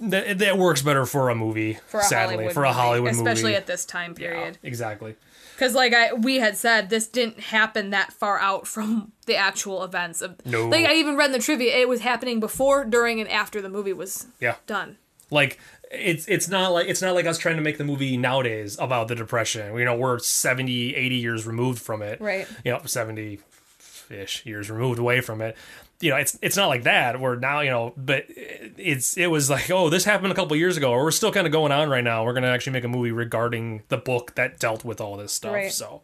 S3: that, that works better for a movie
S2: For a
S3: sadly
S2: Hollywood
S3: for a hollywood
S2: movie,
S3: movie
S2: especially at this time period.
S3: exactly
S2: Because, like I we had said, this didn't happen that far out from the actual events of.
S3: no
S4: like I even read in the trivia it was happening before, during, and after the movie was
S3: yeah
S4: done.
S3: like it's it's not like it's not like us trying to make the movie nowadays about the depression you know we're 70 80 years removed from it
S2: Right.
S3: you know 70 ish years removed away from it you know it's it's not like that we're now you know but it's it was like oh this happened a couple years ago or we're still kind of going on right now we're gonna actually make a movie regarding the book that dealt with all this stuff
S2: Right.
S3: so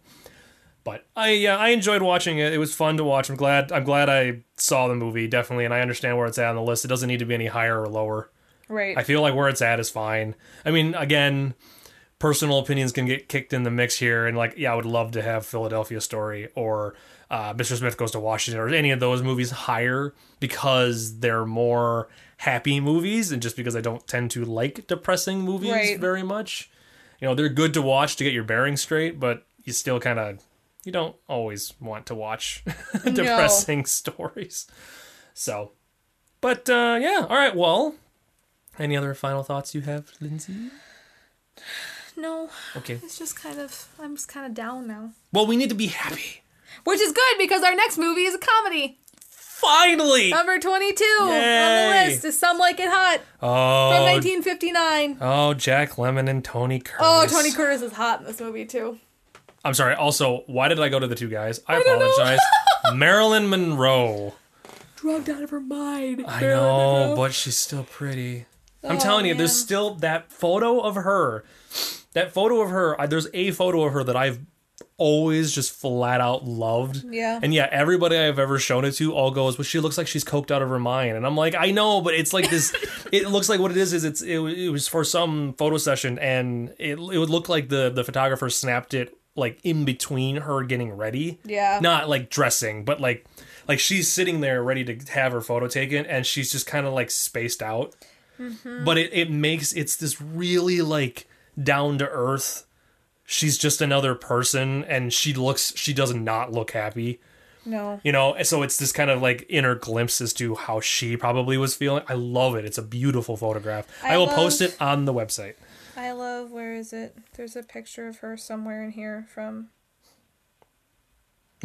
S3: but I yeah, I enjoyed watching it. It was fun to watch. I'm glad I'm glad I saw the movie definitely, and I understand where it's at on the list. It doesn't need to be any higher or lower.
S2: Right.
S3: I feel like where it's at is fine. I mean, again, personal opinions can get kicked in the mix here, and like, yeah, I would love to have Philadelphia Story or uh, Mr. Smith Goes to Washington or any of those movies higher because they're more happy movies, and just because I don't tend to like depressing movies
S2: Right.
S3: very much. You know, they're good to watch to get your bearings straight, but you still kind of you don't always want to watch depressing stories. So, but uh, yeah, all right. Well, any other final thoughts you have, Lindsay?
S2: no,
S3: Okay.
S2: it's just kind of. I'm just kind of down now.
S3: Well, we need to be happy.
S4: Which is good because our next movie is a comedy.
S3: Finally.
S4: Number 22
S3: Yay.
S4: on the list is Some Like It Hot from
S3: Oh.
S4: 1959.
S3: Oh, Jack Lemon and Tony Curtis.
S4: Oh, Tony Curtis is hot in this movie too.
S3: I'm sorry. Also, why did I go to the two guys? I,
S4: don't know.
S3: apologize. Marilyn Monroe.
S4: Drugged out of her mind. Oh,
S3: I know, but she's still pretty. I'm telling you, there's still that photo of her. That photo of her. I, there's a photo of her that I've always just flat out loved.
S2: Yeah.
S3: And yeah, everybody I've ever shown it to all goes, but she looks like she's coked out of her mind. And I'm like, I know, but it's like this. it looks like what it is is it's it, wa- it was for some photo session, and it it would look like the the photographer snapped it like in between her getting ready.
S2: Yeah.
S3: Not like dressing, but like like she's sitting there ready to have her photo taken, and she's just kind of like spaced out.
S2: Mm-hmm.
S3: But it it makes it's this really like down to earth she's just another person and she looks she does not look happy
S2: No.
S3: you know and so it's this kind of like inner glimpse as to how she probably was feeling i love it it's a beautiful photograph i,
S2: I
S3: will
S2: love-
S3: post it on the website
S2: I love. Where is it? There's a picture of her somewhere in here from.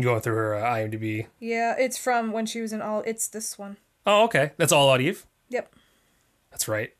S3: going through her uh, imdb
S2: Yeah, it's from when she was in all. It's this one.
S3: oh okay that's all out eve
S2: Yep.
S3: that's right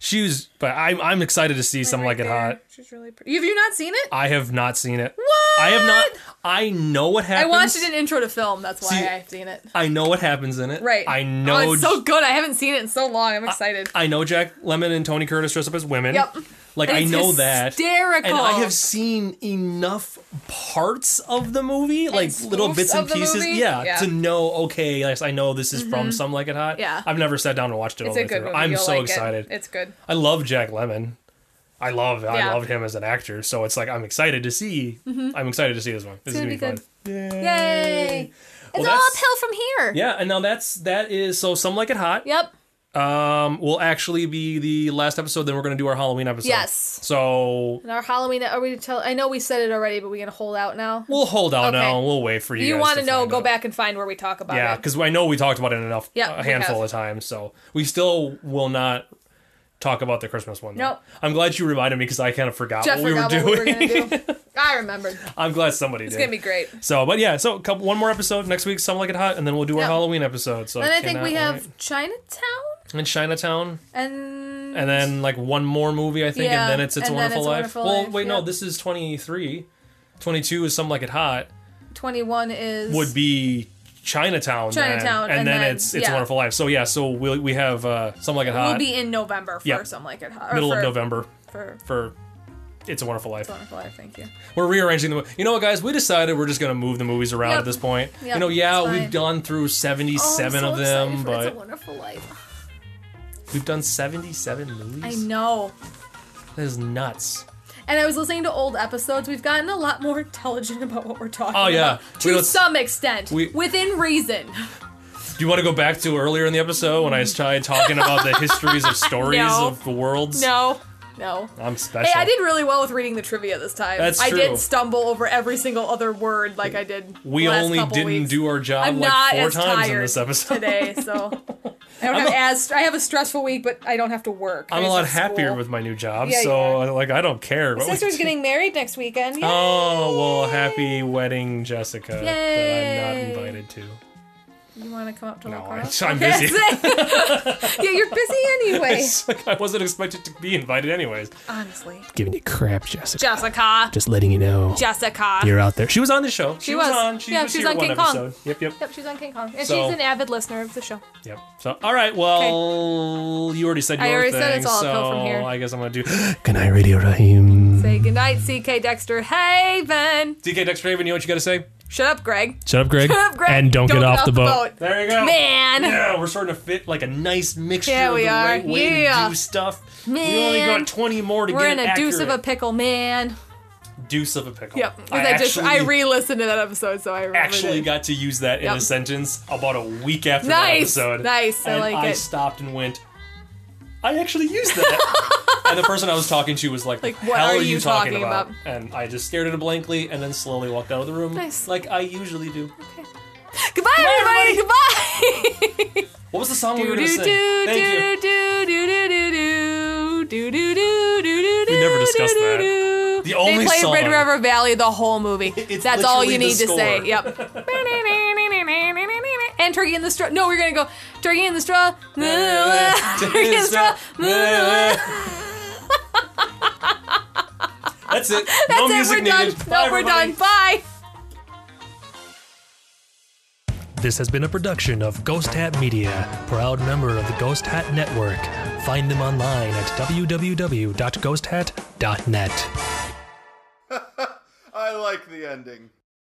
S3: she was but i'm, I'm excited to see something like
S2: Right
S3: it
S2: there.
S3: hot
S2: She's really pretty. Have you not seen it?
S3: i have not seen it
S2: What?
S3: i have not i know what
S4: I
S3: happens
S4: watched it in intro to film. That's why
S3: See-
S4: I've seen it.
S3: i know what happens in it
S2: Right.
S3: i know
S4: Oh, it's so good. I haven't seen it in so
S2: So long. I'm excited.
S3: I know Jack Lemon and Tony Curtis dress up as women.
S4: Yep.
S3: Like
S4: And
S3: I
S4: it's
S3: know that.
S4: hysterical.
S3: And I have seen enough parts of the movie, like little
S2: spoofs
S3: bits and
S2: of the
S3: pieces,
S2: movie?
S3: yeah,
S2: Yeah. Mm-hmm.
S3: to know. Okay, yes, I know this is from Some Like It Hot.
S4: Yeah.
S3: I've never sat down and watched it all
S2: it's
S3: the
S2: a
S3: way
S2: good
S3: through.
S2: movie.
S3: Oh, I'm
S2: You'll
S3: so
S2: like it.
S3: excited.
S2: It's good.
S3: I love Jack Lemon. I love I
S4: Yeah. Mm-hmm.
S3: loved him as an actor, so it's like I'm excited to see. I'm excited to see this one. This
S4: gonna
S3: is
S4: be
S3: gonna be,
S4: good.
S3: fun.
S4: Yay! It's
S3: Well,
S4: all
S3: that's-
S4: uphill from here.
S3: Yeah, and now that's that is so some like it hot.
S4: Yep.
S3: um will actually be the last episode then we're going to do our halloween episode
S4: Yes.
S3: so
S4: And our Halloween. Are we to tell? I know we said it already, but we're gonna hold out now.
S3: we'll hold out
S4: Okay.
S3: now we'll wait for you
S4: you
S3: guys
S4: want to
S3: to
S4: know?
S3: find
S4: Go
S3: out.
S4: back and find where we talk about
S3: yeah
S4: it.
S3: because i know we talked about it enough
S4: Yeah,
S3: a
S4: we
S3: handful
S4: have.
S3: of times so we still will not talk about the christmas one though.
S4: Nope.
S3: i'm glad you reminded me because i kind of forgot
S4: Jeff
S3: what we were
S4: forgot
S3: doing
S4: what we were gonna do. I remembered.
S3: i'm glad somebody did
S2: It's gonna be great.
S3: so but yeah so a couple, one more episode next week something like it hot and then we'll do our
S4: Yep.
S3: halloween episode so
S4: Then I think
S3: cannot
S4: we have
S3: wait.
S4: Chinatown.
S3: in Chinatown,
S2: And
S3: and then like one more movie I think,
S2: Yeah,
S3: and then it's It's a
S2: and then
S3: Wonderful
S2: It's a
S3: Life.
S2: Wonderful
S3: well,
S2: Life,
S3: wait, no,
S2: yeah.
S3: this is 23. 22 is Some Like It Hot.
S2: 21 is
S3: Would be Chinatown, then,
S2: Chinatown,
S3: and,
S2: and
S3: then,
S2: then-
S3: it's It's
S2: yeah.
S3: a Wonderful Life. So yeah, so we we have uh, Some Like It
S2: will
S3: Hot
S2: be in November for
S3: Yeah.
S2: some like it
S3: middle of November
S2: for
S3: for It's a Wonderful Life.
S2: Wonderful Life. Thank you.
S3: We're rearranging the. mo- You know what, guys? We decided we're just gonna move the movies around
S2: Yep.
S3: at this point.
S2: Yep,
S3: you know, yeah,
S2: it's
S3: we've
S2: fine. Oh,
S3: gone through seventy-seven
S4: Oh,
S3: of them,
S2: it's a
S3: but
S2: Wonderful Life.
S3: we've done seventy-seven
S2: I
S3: movies.
S2: know.
S3: That is nuts.
S2: And I was listening to old episodes. We've gotten a lot more intelligent about what we're talking
S3: Oh, yeah.
S2: about.
S3: We
S2: To
S3: don't-
S2: some extent.
S3: we-
S2: within reason.
S3: Do you want to go back to earlier in the episode when I started talking about the histories of stories
S2: No.
S3: of the worlds?
S2: No. No.
S3: I'm special.
S2: Hey, I did really well with reading the trivia this time.
S3: That's
S2: I
S3: true.
S2: did stumble over every single other word like I did.
S3: We
S2: the last
S3: only
S2: couple
S3: didn't
S2: weeks.
S3: do our job
S2: I'm
S3: like
S2: not
S3: four
S2: as
S3: times in
S2: tired
S3: this episode.
S2: today, so I don't have as I have a stressful week, but I don't have to work.
S3: I'm
S2: I
S3: a
S2: just
S3: lot
S2: have school.
S3: happier with my new job,
S2: Yeah, you
S3: so
S2: are.
S3: like I don't care. what we
S2: sister's
S3: do.
S2: getting married next weekend. Yay!
S3: Oh well, happy wedding, Jessica. That I'm
S2: Yay.
S3: not invited to.
S2: You want to come up to
S3: No,
S2: La
S3: I,
S2: Crosse?
S3: I'm
S2: Okay.
S3: busy.
S2: yeah, you're busy anyway.
S3: It's like I wasn't expected to be invited anyways.
S2: Honestly,
S3: Giving you crap, Jessica.
S2: Jessica,
S3: Just letting you know
S2: Jessica.
S3: you're out there. She was on the show. She, was.
S2: was.
S3: on. She
S2: Yeah,
S3: was
S2: she was
S3: here
S2: on
S3: one
S2: King Kong.
S3: episode. Yep, yep,
S2: Yep, she's on King Kong, and
S3: So-
S2: she's an avid listener of the show.
S3: yep. So, all right. Well, you already said your
S2: I already
S3: thing,
S2: said it's all
S3: so
S2: uphill from here.
S3: I guess I'm gonna do. Good night, Radio Rahim.
S2: Say goodnight, CK Dexter. Hey, Ben.
S3: DK Dex Raven, you know what you gotta say?
S2: Shut up, Greg.
S3: Shut up, Greg.
S2: Shut up, Greg.
S5: And don't get off the boat.
S3: There you go.
S2: Man.
S3: Yeah, we're starting to fit like a nice mixture
S2: Yeah,
S3: of
S2: we
S3: the
S2: are.
S3: right way to
S2: Yeah.
S3: do stuff. We only
S2: Man.
S3: got 20 more to
S2: We're
S3: get
S2: in a
S3: it
S2: deuce of a
S3: accurate.
S2: pickle, man.
S3: deuce of a pickle.
S2: Yep. 'cause I, just I
S3: actually-
S2: re-listened to that episode, so I remembered
S3: actually
S2: it.
S3: got to use that in
S2: Yep.
S3: a sentence about a week after the
S2: Nice,
S3: episode.
S2: nice, I
S3: and
S2: like
S3: I
S2: it.
S3: stopped and went, I actually used that. and the person I was talking to was like,
S2: Like,
S3: "The
S2: what
S3: hell
S2: are
S3: you,
S2: you
S3: talking,
S2: talking
S3: about?
S2: about?
S3: And I just stared at it blankly and then slowly walked out of the room
S2: Nice.
S3: like I usually do.
S2: Goodbye, everybody. Goodbye.
S3: What was the song we
S2: Do
S3: were
S2: do
S3: going to
S2: do
S3: sing?
S2: do
S3: Thank you.
S2: do do do do do do do do do do.
S3: We never discussed
S2: do,
S3: that.
S2: do, do.
S3: The only
S2: they play
S3: song-
S2: Red River Valley the whole movie.
S3: it's
S2: That's all
S3: literally
S2: you
S3: the
S2: need to
S3: score.
S2: say. Yep. and Turkey in the Straw. No, we're gonna go Turkey in the Straw. Turkey in the Straw.
S3: That's it. no
S2: That's it.
S3: music
S2: We're done.
S3: needed. Bye,
S2: No, we're
S3: everybody.
S2: done. Bye.
S5: This has been a production of Ghost Hat Media, proud member of the Ghost Hat Network. Find them online at www.ghosthat.net.
S6: I like the ending.